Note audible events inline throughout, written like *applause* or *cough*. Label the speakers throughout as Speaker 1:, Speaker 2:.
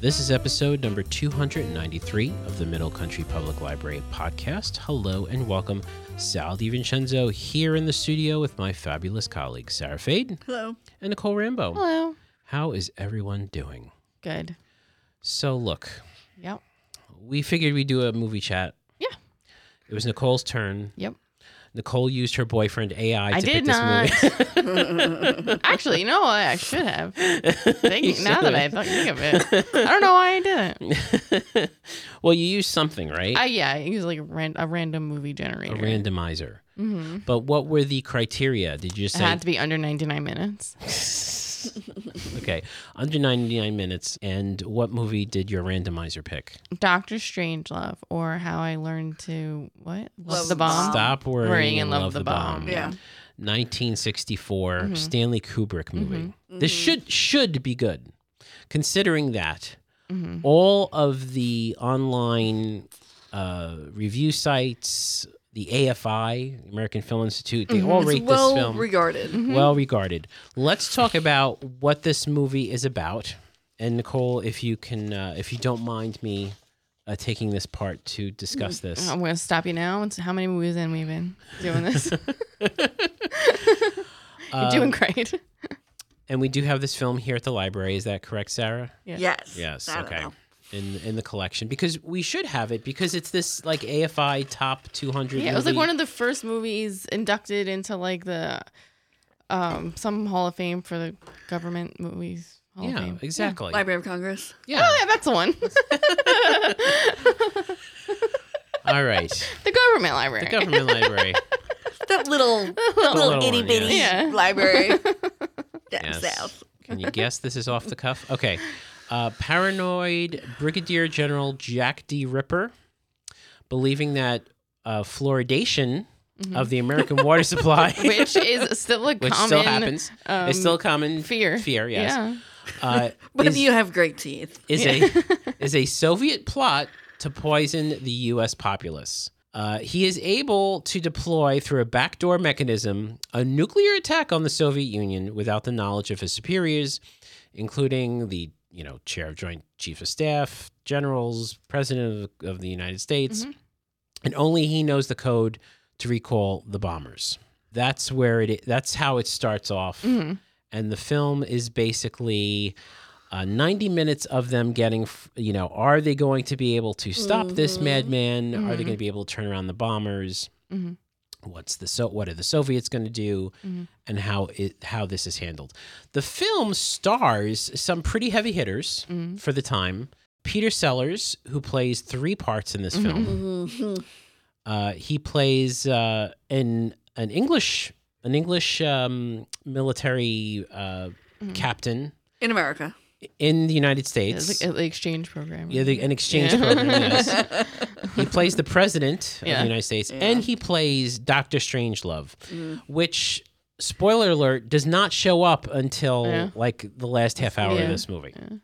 Speaker 1: This is episode number 293 of the Middle Country Public Library podcast. Hello and welcome. Sal DiVincenzo here in the studio with my fabulous colleagues, Sarah Fade
Speaker 2: Hello.
Speaker 1: and Nicole Rambo.
Speaker 3: Hello.
Speaker 1: How is everyone doing?
Speaker 3: Good.
Speaker 1: So, look,
Speaker 3: Yep.
Speaker 1: we figured we'd do a movie chat.
Speaker 3: Yeah.
Speaker 1: It was Nicole's turn.
Speaker 3: Yep. Nicole
Speaker 1: Nicole used her boyfriend AI to
Speaker 3: I
Speaker 1: pick
Speaker 3: did
Speaker 1: this
Speaker 3: not.
Speaker 1: movie.
Speaker 3: *laughs* Actually, you know what? I should have.
Speaker 1: You
Speaker 3: Think, now that I
Speaker 1: should.
Speaker 3: thought think of it, I don't know why I didn't.
Speaker 1: *laughs* well, you used something, right?
Speaker 3: I yeah, I use like ran, a random movie
Speaker 1: a
Speaker 3: generator.
Speaker 1: randomizer.
Speaker 3: mm-hmm.
Speaker 1: But what were the criteria? Did you
Speaker 3: It
Speaker 1: just say
Speaker 3: had to be under ninety nine minutes.
Speaker 1: *laughs* okay, under 99 minutes. And what movie did your randomizer pick?
Speaker 3: Doctor Strangelove or How I Learned to What
Speaker 2: Love
Speaker 3: Love
Speaker 2: the
Speaker 3: the Bomb.
Speaker 1: Stop worrying,
Speaker 3: Worrying
Speaker 1: and love, the bomb.
Speaker 2: Yeah.
Speaker 1: 1964
Speaker 3: Mhm.
Speaker 1: Stanley Kubrick movie. This
Speaker 2: Mhm.
Speaker 1: should should be good, considering that
Speaker 3: hmm
Speaker 1: all of the online uh, review sites, the AFI, American Film Institute, they all
Speaker 2: It's
Speaker 1: rate
Speaker 2: well
Speaker 1: this film
Speaker 2: regarded. Mm-hmm.
Speaker 3: Mm-hmm.
Speaker 1: well regarded. Let's talk about what this movie is about. And Nicole, if you can, uh, if you don't mind me uh, taking this part to discuss this.
Speaker 3: I'm gonna stop you now. It's how many movies in we've been doing this? *laughs* You're
Speaker 1: Um,
Speaker 3: doing great.
Speaker 1: and we do have this film here at the library. Is that correct, Sarah?
Speaker 3: Yeah.
Speaker 2: Yes.
Speaker 1: Yes.
Speaker 2: I don't
Speaker 1: okay.
Speaker 2: know.
Speaker 1: In in the collection because we should have it because it's this like AFI top 200.
Speaker 3: Yeah, it was like one of the first movies inducted into like the um some Hall of Fame for the government movies. Hall of
Speaker 1: yeah,
Speaker 3: Fame.
Speaker 1: exactly.
Speaker 2: Library of Congress.
Speaker 1: Yeah.
Speaker 3: Oh, yeah, that's the one. *laughs*
Speaker 1: All
Speaker 3: *laughs*
Speaker 1: right.
Speaker 3: the government library.
Speaker 1: The government library.
Speaker 2: That *laughs* little, little,
Speaker 1: little one,
Speaker 2: itty bitty
Speaker 3: yeah. Yeah.
Speaker 2: *laughs* library down
Speaker 1: Yes.
Speaker 2: south.
Speaker 1: Can
Speaker 3: *laughs*
Speaker 1: you guess this is off the cuff? Okay. Uh, paranoid Brigadier General Jack D. Ripper, believing that uh, fluoridation
Speaker 3: Mm-hmm.
Speaker 1: of the American water
Speaker 3: *laughs*
Speaker 1: supply,
Speaker 3: *laughs* which is still a
Speaker 1: *laughs* which
Speaker 3: common
Speaker 1: still happens,
Speaker 3: um,
Speaker 1: is still a common
Speaker 3: fear.
Speaker 1: Fear, yes.
Speaker 3: Yeah. *laughs*
Speaker 1: Uh,
Speaker 2: But
Speaker 1: is,
Speaker 2: you have great teeth.
Speaker 1: is a is a Soviet plot to poison the U.S. populace. Uh, he is able to deploy through a backdoor mechanism a nuclear attack on the Soviet Union without the knowledge of his superiors, including the you know chair of Joint Chiefs of Staff, generals, president of, of the United States, and only he knows the code to recall the bombers. That's where it. That's how it starts off
Speaker 3: Mhm.
Speaker 1: and the film is basically uh, 90 minutes of them getting f- you know are they going to be able to stop this
Speaker 2: Mhm.
Speaker 1: madman are they
Speaker 3: Mhm.
Speaker 1: going to be able to turn around the bombers
Speaker 3: Mhm.
Speaker 1: what's the so what are the soviets going to do
Speaker 3: Mhm.
Speaker 1: and how it how this is handled the film stars some pretty heavy hitters
Speaker 3: Mhm.
Speaker 1: for the time peter sellers who plays three parts in this film
Speaker 2: hmm
Speaker 1: uh, he plays uh, an an English an English um, military uh,
Speaker 3: Mhm.
Speaker 1: captain
Speaker 2: In America.
Speaker 1: in the United
Speaker 3: It's,
Speaker 1: States.
Speaker 3: like the exchange program.
Speaker 1: yeah, the, an exchange
Speaker 3: Yeah.
Speaker 1: program.
Speaker 3: *laughs*
Speaker 1: Yes. He plays the president of
Speaker 3: Yeah.
Speaker 1: the United States,
Speaker 2: Yeah.
Speaker 1: and he plays Doctor Strangelove,
Speaker 2: Mm.
Speaker 1: which spoiler alert does not show up until
Speaker 3: Yeah.
Speaker 1: like the last half hour
Speaker 3: Yeah.
Speaker 1: of this movie.
Speaker 3: Yeah.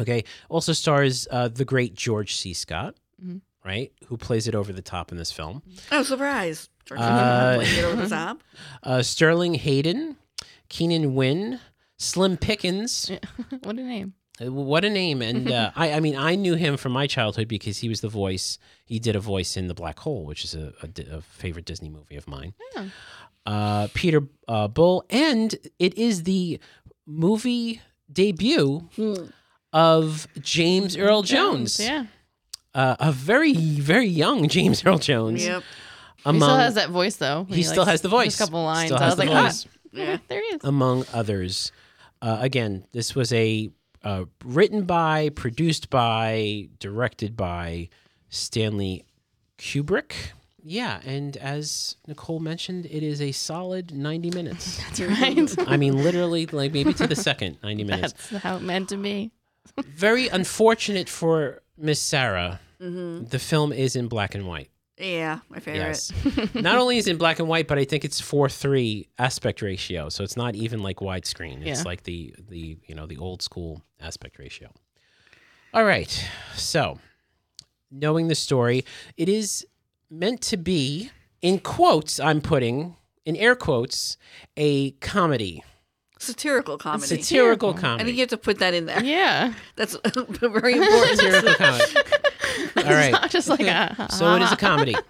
Speaker 1: Okay. Also stars uh, the great George C. Scott,
Speaker 3: Mhm.
Speaker 1: right, who plays it over the top in this film.
Speaker 2: *laughs* Oh, surprise. George
Speaker 1: Uh,
Speaker 2: Clooney played it over
Speaker 1: *laughs*
Speaker 2: the top.
Speaker 1: uh, Sterling Hayden, Keenan Wynn, Slim Pickens.
Speaker 3: *laughs* what a name.
Speaker 1: Uh, What a name!
Speaker 3: *laughs*
Speaker 1: And uh, I, I mean, I knew him from my childhood because he was the voice. He did a voice in The Black Hole, which is a, a di- a favorite Disney movie of mine.
Speaker 3: Yeah.
Speaker 1: Uh, Peter uh, Bull, and it is the movie debut
Speaker 2: Hmm.
Speaker 1: of James Earl Jones.
Speaker 3: Yeah.
Speaker 1: uh, a very, very young James Earl Jones.
Speaker 2: Yep.
Speaker 3: He still
Speaker 1: Among
Speaker 3: has that voice though.
Speaker 1: he still has the voice.
Speaker 3: A couple lines.
Speaker 1: Still
Speaker 3: I
Speaker 1: has
Speaker 3: was
Speaker 1: the
Speaker 3: like, ah,
Speaker 1: voice.
Speaker 2: Yeah.
Speaker 3: there he is.
Speaker 1: *laughs*
Speaker 3: *laughs*
Speaker 1: among others. Uh, again, this was a uh, written by, produced by, directed by Stanley Kubrick. Yeah, and as Nicole mentioned, it is a solid 90 minutes.
Speaker 3: That's right.
Speaker 1: I mean, literally, like maybe to the second 90 minutes.
Speaker 3: That's how it meant to be.
Speaker 1: Very unfortunate for Miss Sarah.
Speaker 2: hmm
Speaker 1: The film is in black and white.
Speaker 2: Yeah. My favorite.
Speaker 1: Yes. not only is it in black and white, but I think it's four three aspect ratio. So it's not even like widescreen. It's
Speaker 3: Yeah.
Speaker 1: like the the you know the old school aspect ratio. All right. So knowing the story, it is meant to be in quotes. I'm putting in air quotes a comedy
Speaker 2: satirical comedy.
Speaker 1: Satirical
Speaker 2: I think
Speaker 1: comedy.
Speaker 2: you have to put that in there.
Speaker 3: Yeah.
Speaker 2: That's *laughs* very important.
Speaker 1: satirical comedy. All
Speaker 3: *laughs* It's
Speaker 1: right.
Speaker 3: not just
Speaker 1: *laughs*
Speaker 3: like a.
Speaker 1: So it is a comedy.
Speaker 3: *laughs*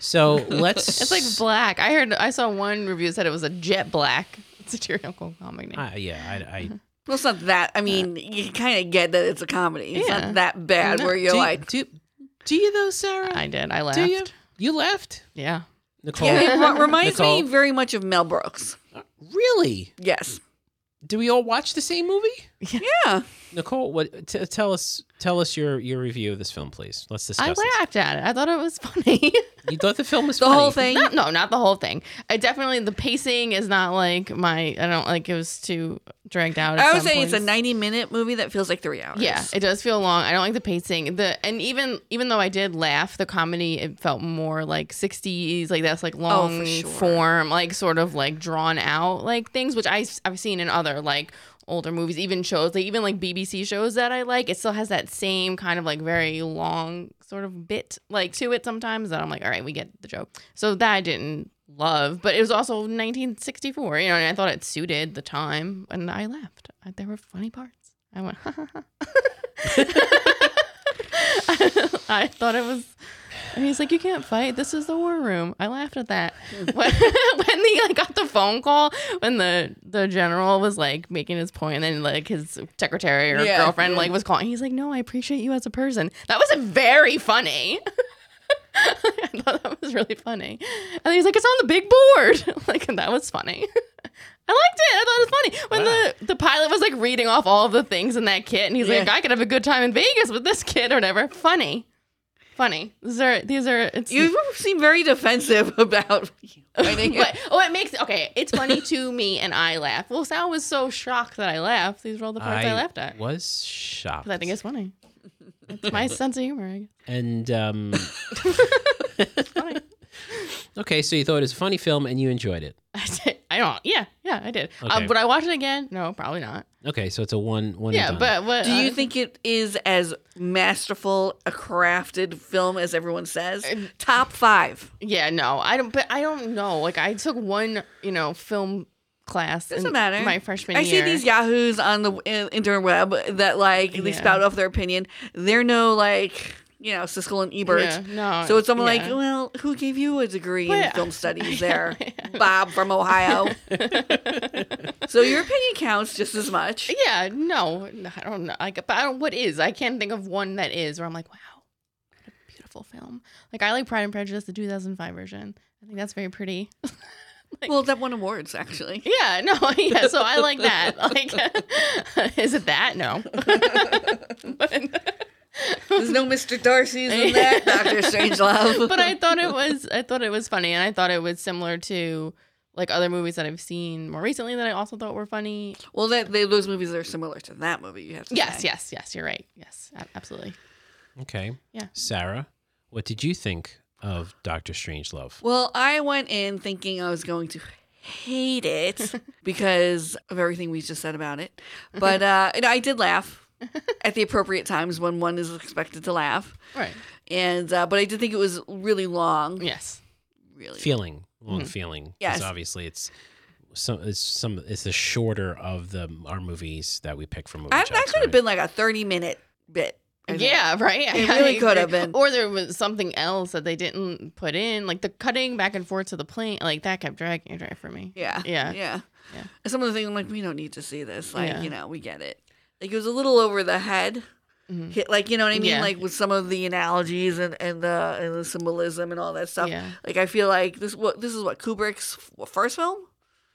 Speaker 1: So let's.
Speaker 3: It's like black. I heard. I saw one review said it was a jet black *laughs* satirical comic name.
Speaker 1: Uh, yeah, I, I
Speaker 2: Well, it's not that. I mean, you kind of get that it's a comedy. It's
Speaker 3: Yeah.
Speaker 2: not that bad
Speaker 3: No.
Speaker 2: where you're
Speaker 1: do, *laughs*
Speaker 2: like,
Speaker 1: do, do you though, Sarah?
Speaker 3: I did. I laughed.
Speaker 1: do you? You left,
Speaker 3: Yeah.
Speaker 1: Nicole?
Speaker 2: yeah, it re- reminds me
Speaker 1: Nicole?
Speaker 2: very much of Mel Brooks.
Speaker 1: *laughs* Really?
Speaker 2: Yes.
Speaker 1: Do we all watch the same movie?
Speaker 2: Yeah.
Speaker 1: Nicole, what? T- tell us, tell us your your review of this film, please. Let's
Speaker 3: I
Speaker 1: discuss. this.
Speaker 3: laughed at it. I thought it was funny. *laughs*
Speaker 1: You thought the film was
Speaker 2: The
Speaker 1: funny.
Speaker 2: whole thing.
Speaker 3: Not, no, not the whole thing. I definitely the pacing is not like my. I don't like it was too dragged out. at
Speaker 2: I would
Speaker 3: some
Speaker 2: say it's a
Speaker 3: points.
Speaker 2: 90 minute movie that feels like three hours.
Speaker 3: Yeah, it does feel long. I don't like the pacing. The and even even though I did laugh, the comedy it felt more like sixties, like that's like long
Speaker 2: Oh, sure.
Speaker 3: form, like sort of like drawn out like things, which I I've seen in other like older movies, even shows, like even like BBC shows that I like. It still has that same kind of like very long sort of bit like to it sometimes that I'm like, all right, we get the joke. So that I didn't love, but it was also 1964, you know, and I thought it suited the time, and I laughed. I, there were funny parts. I went. Ha, ha, ha. *laughs* I thought it was. And he's like, "You can't fight. This is the war room." I laughed at
Speaker 2: *laughs*
Speaker 3: that when, *laughs* when he like got the phone call when the the general was like making his point, and then like his secretary or
Speaker 2: Yeah.
Speaker 3: girlfriend like was calling. He's like, "No, I appreciate you as a person." That was very funny. *laughs* I thought that was really funny. And then he's like, "It's on the big board." *laughs* like and that was funny. I liked it. I thought it was funny when
Speaker 1: Wow.
Speaker 3: the the pilot was like reading off all of the things in that kit, and he's like,
Speaker 2: Yeah.
Speaker 3: "I could have a good time in Vegas with this kid or whatever." Funny, funny. These are these are it's. *laughs*
Speaker 2: You *laughs* seem very defensive *laughs* about fighting it.
Speaker 3: but, oh, it makes okay. It's
Speaker 2: *laughs*
Speaker 3: funny to me, and I laugh. Well, Sal was so shocked that I laughed. These were all the parts I, laughed at. 'Cause
Speaker 1: was shocked.
Speaker 3: I think it's funny.
Speaker 1: *laughs*
Speaker 3: It's my sense of humor. I guess.
Speaker 1: and
Speaker 2: *laughs*
Speaker 1: um, *laughs* okay, so you thought it was a funny film and you enjoyed it.
Speaker 3: I did. *laughs* I don't. Yeah, yeah, I did.
Speaker 1: Okay.
Speaker 3: Uh, would I watch it again? No, probably not.
Speaker 1: Okay, so it's a one one. and
Speaker 3: Yeah,
Speaker 1: done.
Speaker 3: but what
Speaker 2: Do
Speaker 3: *laughs*
Speaker 2: you
Speaker 3: uh,
Speaker 2: think it is as masterful a crafted film as everyone says?
Speaker 3: Uh,
Speaker 2: Top five.
Speaker 3: Yeah, no, I don't. But I don't know. Like I took one, you know, film class.
Speaker 2: Doesn't
Speaker 3: in
Speaker 2: matter.
Speaker 3: My freshman
Speaker 2: I
Speaker 3: year.
Speaker 2: see these yahoos on the in- interweb that like they
Speaker 3: Yeah.
Speaker 2: spout off their opinion. They're no like you know Siskel and Ebert.
Speaker 3: Yeah, no.
Speaker 2: So it's someone
Speaker 3: yeah.
Speaker 2: like, well, who gave you a degree in
Speaker 3: But- *laughs*
Speaker 2: film studies there? Bob from
Speaker 3: *laughs*
Speaker 2: Ohio. *laughs* so your opinion counts just as much.
Speaker 3: Yeah, no, no, I don't know. Like, but I don't. What is? I can't think of one that is where I'm like, wow, what a beautiful film. Like I like Pride and Prejudice, the 2005 version. I think that's very pretty.
Speaker 2: *laughs* Well, that won
Speaker 3: *laughs*
Speaker 2: awards actually.
Speaker 3: Yeah, no, yeah. So I like that. Like, *laughs* is it that? No. But-
Speaker 2: There's no Mr. Darcy's in that, *laughs* Doctor Strangelove.
Speaker 3: but I thought it was I thought it was funny and I thought it was similar to like other movies that I've seen more recently that I also thought were funny.
Speaker 2: well, that they, those movies are similar to that movie. You have to
Speaker 3: Yes,
Speaker 2: say.
Speaker 3: yes, yes, you're right. Yes, a- absolutely.
Speaker 1: okay,
Speaker 3: Yeah.
Speaker 1: Sarah, what did you think of Doctor Strangelove?
Speaker 2: Well, I went in thinking I was going to hate it because of everything we just said about it. But uh, and I did laugh at the appropriate times when one is expected to laugh.
Speaker 3: Right.
Speaker 2: And uh, but I did think it was really long.
Speaker 3: Yes.
Speaker 2: Really. Mm-hmm.
Speaker 1: Feeling, long feeling. 'cause
Speaker 2: Yes.
Speaker 1: obviously it's. Some it's some it's the shorter of the our movies that we pick from movie
Speaker 2: I,
Speaker 1: jobs,
Speaker 2: that could
Speaker 1: right?
Speaker 2: have been like a 30 minute bit. I think.
Speaker 3: Yeah, right. *laughs*
Speaker 2: It
Speaker 3: I
Speaker 2: really
Speaker 3: agree.
Speaker 2: could have been.
Speaker 3: Or there was something else that they didn't put in, like the cutting back and forth to the plane, like that kept dragging and dragging for me.
Speaker 2: Yeah.
Speaker 3: Yeah.
Speaker 2: Yeah.
Speaker 3: Yeah.
Speaker 2: And Some of the things I'm like, we don't need to see this. Like,
Speaker 3: Yeah.
Speaker 2: you know, we get it. Like it was a little over the head.
Speaker 3: Mhm.
Speaker 2: Hit- Like, you know what I mean?
Speaker 3: Yeah.
Speaker 2: Like with some of the analogies and, and the and the symbolism and all that stuff.
Speaker 3: Yeah.
Speaker 2: Like I feel like this what this is what Kubrick's f- first film?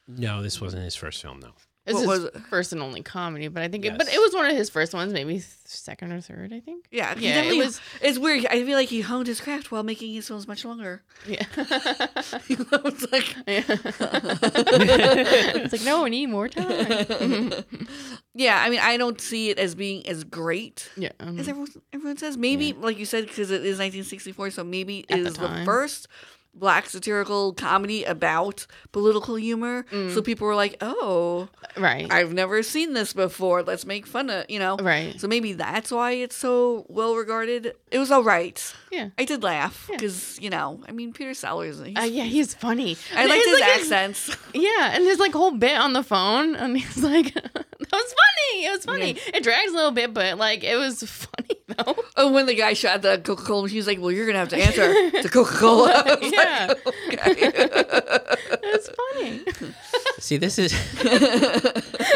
Speaker 1: No, this wasn't his first film though.
Speaker 3: This
Speaker 2: What
Speaker 3: is
Speaker 2: was
Speaker 3: was
Speaker 2: it?
Speaker 3: first and only comedy, but I think it, but
Speaker 1: Yes.
Speaker 3: it was one of his first ones, maybe second or third, I think.
Speaker 2: Yeah. he
Speaker 3: Yeah, it
Speaker 2: definitely-
Speaker 3: was-
Speaker 2: it's weird. I feel like he honed his craft while making his films much
Speaker 3: *laughs*
Speaker 2: longer. *laughs*
Speaker 3: Yeah.
Speaker 2: it's like *laughs*
Speaker 3: it's like no, we need more
Speaker 2: *laughs*
Speaker 3: time. Mm-hmm. *laughs*
Speaker 2: Yeah, I mean I don't see it as being as great
Speaker 3: Yeah. um,
Speaker 2: as everyone, everyone says. Maybe, like you said, because it is 1964, so maybe
Speaker 3: At
Speaker 2: it
Speaker 3: the
Speaker 2: is the,
Speaker 3: time.
Speaker 2: first black satirical comedy about political humor. So
Speaker 3: Mm.
Speaker 2: people were like, "Oh,
Speaker 3: Right.
Speaker 2: I've never seen this before. Let's make fun of you know."
Speaker 3: Right.
Speaker 2: So maybe that's why it's so well regarded. It was all right.
Speaker 3: Yeah.
Speaker 2: I did laugh
Speaker 3: Yeah.
Speaker 2: because you know, I mean, Peter Sellers. He's,
Speaker 3: Uh, yeah, he's funny.
Speaker 2: I
Speaker 3: And
Speaker 2: liked
Speaker 3: *laughs* it's
Speaker 2: his
Speaker 3: like
Speaker 2: accents.
Speaker 3: Yeah, and his like whole bit on the phone, and *laughs* he's like, "That was funny. It was funny. It drags a little bit, but like it was *laughs* funny
Speaker 2: *laughs*
Speaker 3: though."
Speaker 2: oh, when the guy shot the Coca Cola, he was like, "Well, you're gonna have to answer
Speaker 3: *laughs*
Speaker 2: to Coca Cola." *laughs*
Speaker 3: yeah, it was
Speaker 2: *laughs*
Speaker 3: funny.
Speaker 1: *laughs* See, this is.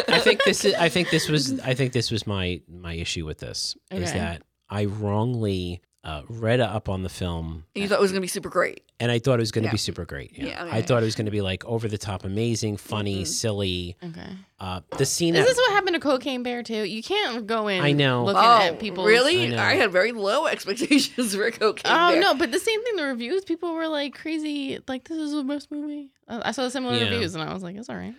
Speaker 1: I think this is. I think this was. I think this was my my issue with this is
Speaker 3: Okay.
Speaker 1: that I wrongly uh, read up on the film
Speaker 2: you thought it was gonna be super great.
Speaker 1: and I thought it was going to
Speaker 2: Yeah.
Speaker 1: be super great. Yeah.
Speaker 2: Yeah,
Speaker 1: I
Speaker 2: okay.
Speaker 1: thought it was going to be like over the top, amazing, funny, silly.
Speaker 3: Okay,
Speaker 1: Uh, the scene.
Speaker 3: is
Speaker 1: at-
Speaker 3: this what happened to Cocaine Bear too? You can't go in.
Speaker 1: I know.
Speaker 3: Looking at
Speaker 1: I
Speaker 3: people.
Speaker 2: Oh, really?
Speaker 1: know.
Speaker 2: I, had very low *laughs* expectations for Cocaine
Speaker 3: Oh
Speaker 2: Bear.
Speaker 3: no! But the same thing. The reviews, people were like crazy. Like this is the best movie. Uh, I saw similar
Speaker 1: Yeah.
Speaker 3: reviews, and I was like, "It's all right."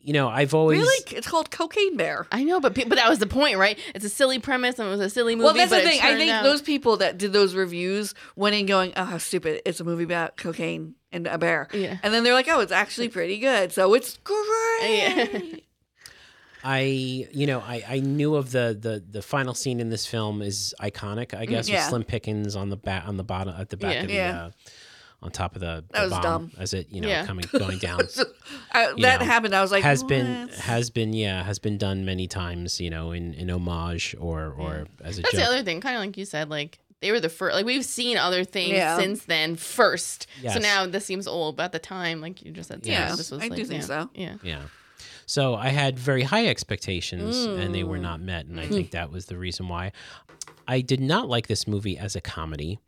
Speaker 1: you know, I've always.
Speaker 2: really? It's called Cocaine Bear.
Speaker 3: I know, but pe- but that was the point, right? It's a silly premise, and it was a silly movie.
Speaker 2: well, that's
Speaker 3: but it
Speaker 2: the thing. I
Speaker 3: turned
Speaker 2: think
Speaker 3: out-
Speaker 2: those people that did those reviews went in going, "Oh, how stupid! It's a movie about cocaine and a bear."
Speaker 3: Yeah.
Speaker 2: And then they're like, "Oh, it's actually pretty good, so it's *laughs* great."
Speaker 1: I you know I, I knew of the, the the final scene in this film is iconic I guess with
Speaker 2: Yeah.
Speaker 1: Slim Pickens on the back on the bottom at the back
Speaker 3: Yeah.
Speaker 1: of the
Speaker 2: Yeah.
Speaker 1: uh, on top of the,
Speaker 2: That
Speaker 1: the
Speaker 2: was
Speaker 1: bomb
Speaker 2: dumb.
Speaker 1: as it you know
Speaker 3: Yeah.
Speaker 1: coming going down
Speaker 2: I,
Speaker 1: You
Speaker 2: Uh, that
Speaker 1: know,
Speaker 2: happened. I was like,
Speaker 1: has been
Speaker 2: "What?"
Speaker 1: has been yeah has been done many times you know in in homage or or as a
Speaker 3: That's
Speaker 1: joke
Speaker 3: the other thing, kind of like you said, like they were the first. Like we've seen other things
Speaker 2: Yeah.
Speaker 3: since then first. So
Speaker 1: Yes.
Speaker 3: now this seems old, but at the time, like you just said,
Speaker 1: Yeah,
Speaker 3: this was
Speaker 2: I
Speaker 3: like,
Speaker 2: do think
Speaker 3: yeah,
Speaker 2: so.
Speaker 3: Yeah,
Speaker 1: yeah so I had very high expectations and they were not met and I think that was the reason why I did not like this movie as a comedy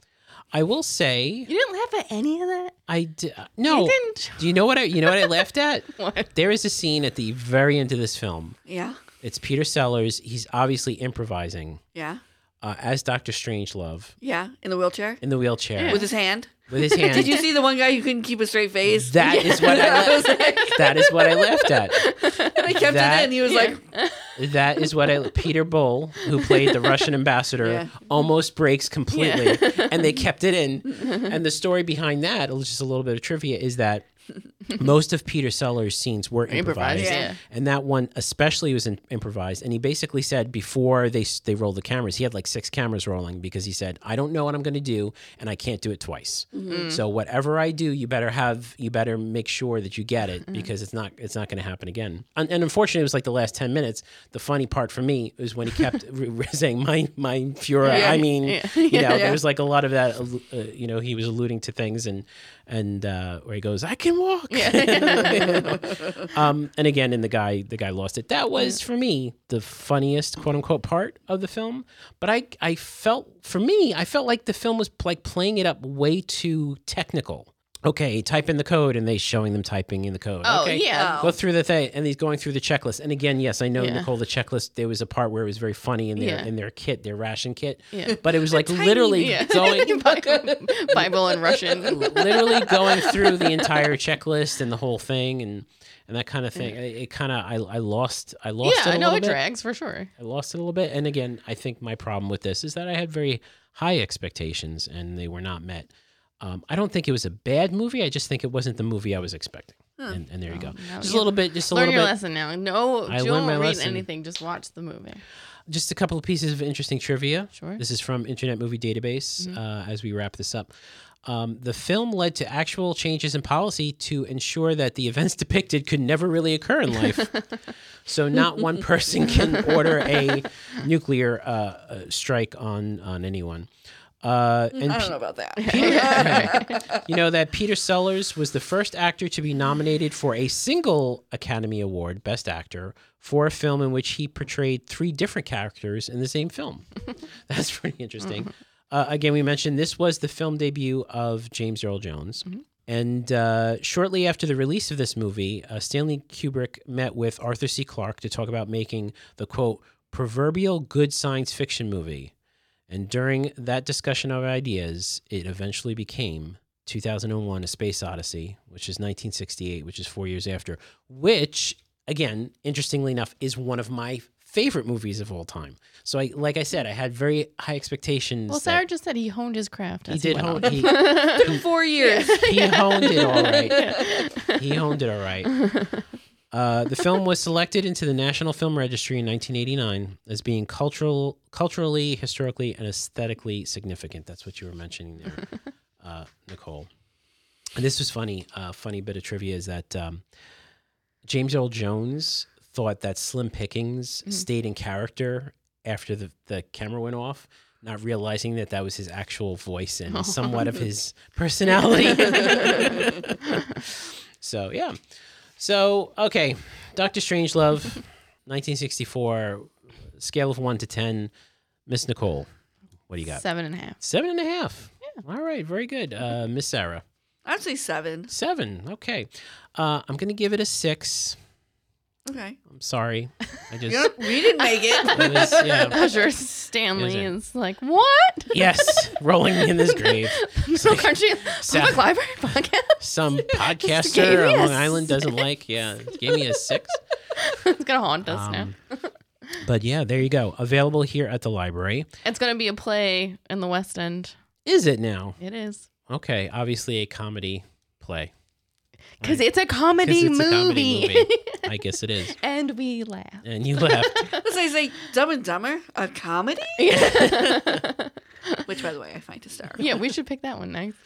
Speaker 1: I will say
Speaker 3: you didn't laugh at any of that.
Speaker 1: I d- uh, no
Speaker 3: I didn't.
Speaker 1: Do you know what I you know what I laughed
Speaker 2: *laughs*
Speaker 1: at?
Speaker 3: What?
Speaker 1: There is a scene at the very end of this film.
Speaker 2: Yeah,
Speaker 1: It's Peter Sellers. He's obviously improvising
Speaker 2: yeah,
Speaker 1: uh, as Doctor Strangelove
Speaker 2: yeah. In the wheelchair
Speaker 1: in the wheelchair
Speaker 2: with his hand.
Speaker 1: with his hand.
Speaker 2: *laughs* Did you see the one guy who couldn't keep a straight face?
Speaker 1: That is
Speaker 2: *laughs*
Speaker 1: what I
Speaker 2: I
Speaker 1: laughed.
Speaker 2: was like,
Speaker 1: *laughs* That is what I laughed
Speaker 2: *laughs*
Speaker 1: at.
Speaker 2: I kept
Speaker 1: That-
Speaker 2: it in. He was like,
Speaker 1: *laughs*
Speaker 2: "Mm,
Speaker 1: That is what I. Peter Bull, who played the
Speaker 2: *laughs*
Speaker 1: Russian ambassador,
Speaker 2: Yeah.
Speaker 1: almost breaks completely,
Speaker 2: *laughs*
Speaker 1: and they kept it in. And the story behind that, just a little bit of trivia, is that most of Peter Sellers' scenes were improvised,
Speaker 3: Improvised, yeah.
Speaker 1: and that one especially was in, improvised. And he basically said before they s- they rolled the cameras, he had like six cameras rolling because he said, "I don't know what I'm going to do, and I can't do it twice. So whatever I do, you better have you better make sure that you get it because it's not it's not going to happen again." And, and unfortunately, it was like the last ten minutes. The funny part for me was when he kept re- re- saying "Mein Mein Führer."
Speaker 2: Yeah.
Speaker 1: I mean,
Speaker 3: Yeah.
Speaker 1: *laughs* you know, there
Speaker 2: Yeah.
Speaker 1: was like a lot of that. allu- Uh, you know, he was alluding to things and and uh, where he goes, "I can walk." *laughs* um, and again, in the guy, the guy lost it. That was for me the funniest "quote unquote" part of the film. But I, I felt for me, I felt like the film was like playing it up way too technical. Okay, type in the code, and they showing them typing in the code.
Speaker 3: Oh
Speaker 1: okay.
Speaker 3: yeah,
Speaker 2: Oh.
Speaker 1: Go through the thing, and he's going through the checklist. And again, yes, I know
Speaker 3: Yeah.
Speaker 1: Nicole. The checklist. There was a part where it was very funny in their
Speaker 3: Yeah.
Speaker 1: in their kit, their ration kit. *laughs*
Speaker 3: Yeah.
Speaker 1: But it was like literally
Speaker 3: yeah. *laughs*
Speaker 1: going, *laughs*
Speaker 3: Bible and Russian.
Speaker 1: literally going through the entire checklist and the whole thing, and and that kind of thing. It, it kind of I, I lost I lost
Speaker 3: yeah,
Speaker 1: it
Speaker 3: I
Speaker 1: a
Speaker 3: know
Speaker 1: little
Speaker 3: it
Speaker 1: bit.
Speaker 3: drags for sure.
Speaker 1: I lost it a little bit. And again, I think my problem with this is that I had very high expectations and they were not met. Um, I don't think it was a bad movie. I just think it wasn't the movie I was expecting. And, and there you go.
Speaker 3: Oh, no,
Speaker 1: just
Speaker 3: you-
Speaker 1: a little bit. Just a
Speaker 3: Learn
Speaker 1: little
Speaker 3: your
Speaker 1: bit.
Speaker 3: lesson now. No,
Speaker 1: I
Speaker 3: don't
Speaker 1: learned my
Speaker 3: read
Speaker 1: lesson.
Speaker 3: anything. Just watch the movie.
Speaker 1: Just a couple of pieces of interesting trivia.
Speaker 3: Sure.
Speaker 1: This is from Internet Movie Database.
Speaker 2: Mm-hmm.
Speaker 1: Uh, as we wrap this up. Um, the film led to actual changes in policy to ensure that the events *laughs* depicted could never really occur in
Speaker 2: *laughs*
Speaker 1: life. So not one person can order a nuclear uh, uh, strike on on anyone. Uh, and
Speaker 2: I
Speaker 1: Pe-
Speaker 2: don't know about that. *laughs*
Speaker 1: you know that Peter Sellers was the first actor to be nominated for a single Academy Award Best Actor for a film in which he portrayed three different characters in the same film. *laughs* That's pretty interesting. Uh, again, we mentioned this was the film debut of James Earl Jones. And uh, shortly after the release of this movie, uh, Stanley Kubrick met with Arthur C. Clarke to talk about making the quote, proverbial good science fiction movie. And during that discussion of ideas, it eventually became 2001 A Space Odyssey, which is 1968, which is four years after, which, again, interestingly enough, is one of my favorite movies of all time. So I, like I said, I had very high expectations.
Speaker 3: Well,
Speaker 1: that
Speaker 3: Sarah just said he honed his craft.
Speaker 1: he
Speaker 3: as
Speaker 1: did
Speaker 3: went
Speaker 1: hone.
Speaker 3: on. *laughs*
Speaker 1: He, *laughs*
Speaker 2: Four years.
Speaker 1: he honed it all right. He honed it all right. Uh, the film was selected into the National Film Registry in 1989 as being cultural, culturally, historically, and aesthetically significant. That's what you were mentioning there, uh, Nicole. And this was funny. Uh, funny bit of trivia is that um, James Earl Jones thought that Slim Pickings stayed in character after the, the camera went off, not realizing that that was his actual voice and somewhat of his personality. *laughs* so, yeah. So, okay. Doctor Strangelove, 1964, scale of one to 10. Miss Nicole, what do you got?
Speaker 3: Seven and a half.
Speaker 1: Seven and a half. All right. Very good. Uh, Miss Sarah.
Speaker 2: *laughs* I'd say seven.
Speaker 1: Seven. Okay. Uh, I'm going to give it a six.
Speaker 2: Okay.
Speaker 1: I'm sorry. I just.
Speaker 2: Yep, *laughs* we didn't
Speaker 3: *laughs*
Speaker 2: make it.
Speaker 1: it was- yeah. *laughs*
Speaker 3: Usher Stanley
Speaker 1: Is
Speaker 3: is like, what?
Speaker 1: Yes. Rolling in this grave.
Speaker 3: Middle *laughs* country
Speaker 1: Sa-
Speaker 3: public library *laughs* podcast. *laughs*
Speaker 1: Some
Speaker 3: gave
Speaker 1: podcaster
Speaker 3: me
Speaker 1: on
Speaker 3: a
Speaker 1: Long Island doesn't like. Yeah. Gave me a
Speaker 3: *laughs*
Speaker 1: six.
Speaker 3: It's gonna haunt us now. *laughs*
Speaker 1: Um, but yeah, there you go. Available here at the library.
Speaker 3: It's gonna be a play in the West End.
Speaker 1: Is it now?
Speaker 3: It is
Speaker 1: Okay. Obviously, a comedy play.
Speaker 3: because
Speaker 1: Right.
Speaker 3: it's a comedy
Speaker 1: 'Cause it's a comedy
Speaker 3: movie.
Speaker 1: movie. I guess it is.
Speaker 3: *laughs* and we laugh. *laughs*
Speaker 1: And you left.
Speaker 2: As I say, Dumb and Dumber, a comedy,
Speaker 3: yeah.
Speaker 2: which by the way I find hysterical.
Speaker 3: yeah, we should pick that one next.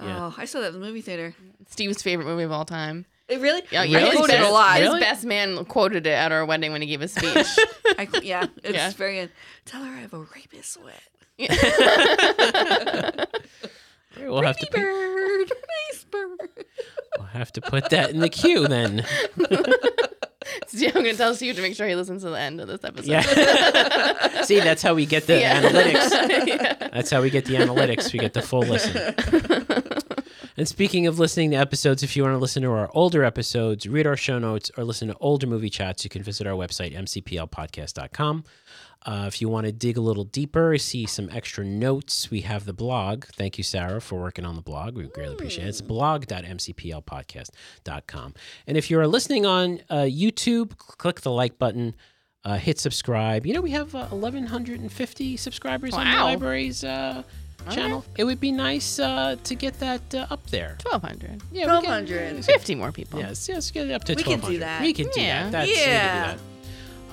Speaker 1: Yeah.
Speaker 2: Oh, I saw that in the movie theater.
Speaker 3: Steve's favorite movie of all time.
Speaker 2: It really?
Speaker 3: Yeah,
Speaker 1: yeah,
Speaker 2: I
Speaker 3: his,
Speaker 2: quoted
Speaker 3: best,
Speaker 2: it a lot.
Speaker 1: Really?
Speaker 3: his best man quoted it at our wedding when he gave a
Speaker 1: *laughs*
Speaker 3: speech. *laughs*
Speaker 2: I, yeah, it's
Speaker 3: Yeah.
Speaker 2: very. uh, Tell her I have a rapist sweat. *laughs*
Speaker 1: We'll have to put,
Speaker 2: Bird, nice bird.
Speaker 1: we'll have to put that in the queue then.
Speaker 3: Steve, I'm gonna tell Steve to make sure he listens to the end of this episode.
Speaker 1: Yeah. *laughs* See, that's how we get the
Speaker 3: Yeah.
Speaker 1: analytics.
Speaker 3: *laughs* Yeah.
Speaker 1: That's how we get the analytics. We get the full listen. and speaking of listening to episodes, if you want to listen to our older episodes, read our show notes, or listen to older movie chats, you can visit our website, mcplpodcast.com. Uh, if you want to dig a little deeper, see some extra notes, we have the blog. Thank you, Sarah, for working on the blog. We greatly appreciate it. It's blog.mcplpodcast.com. And if you are listening on uh, YouTube, cl- click the like button. Uh, hit subscribe. You know, we have uh, 1,150 subscribers on the
Speaker 3: Wow.
Speaker 1: library's uh, channel. It would be nice uh, to get that uh, up there.
Speaker 3: 1200.
Speaker 1: Yeah, we
Speaker 2: Twelve
Speaker 1: can-
Speaker 2: hundred.
Speaker 3: 50 more people.
Speaker 1: *laughs* Yes, yes, get it up to
Speaker 2: We can do
Speaker 1: 1200.
Speaker 2: that.
Speaker 1: We can do
Speaker 3: Yeah.
Speaker 1: that. That's, we
Speaker 2: Yeah.
Speaker 1: can do that.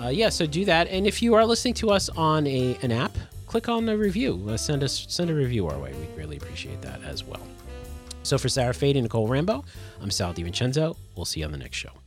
Speaker 1: Uh, yeah, so do that. And if you are listening to us on a an app, click on the review. Uh, send us send a review our way. We really appreciate that as well. So for Sarah Fade and Nicole Rambo, I'm Sal DiVincenzo. We'll see you on the next show.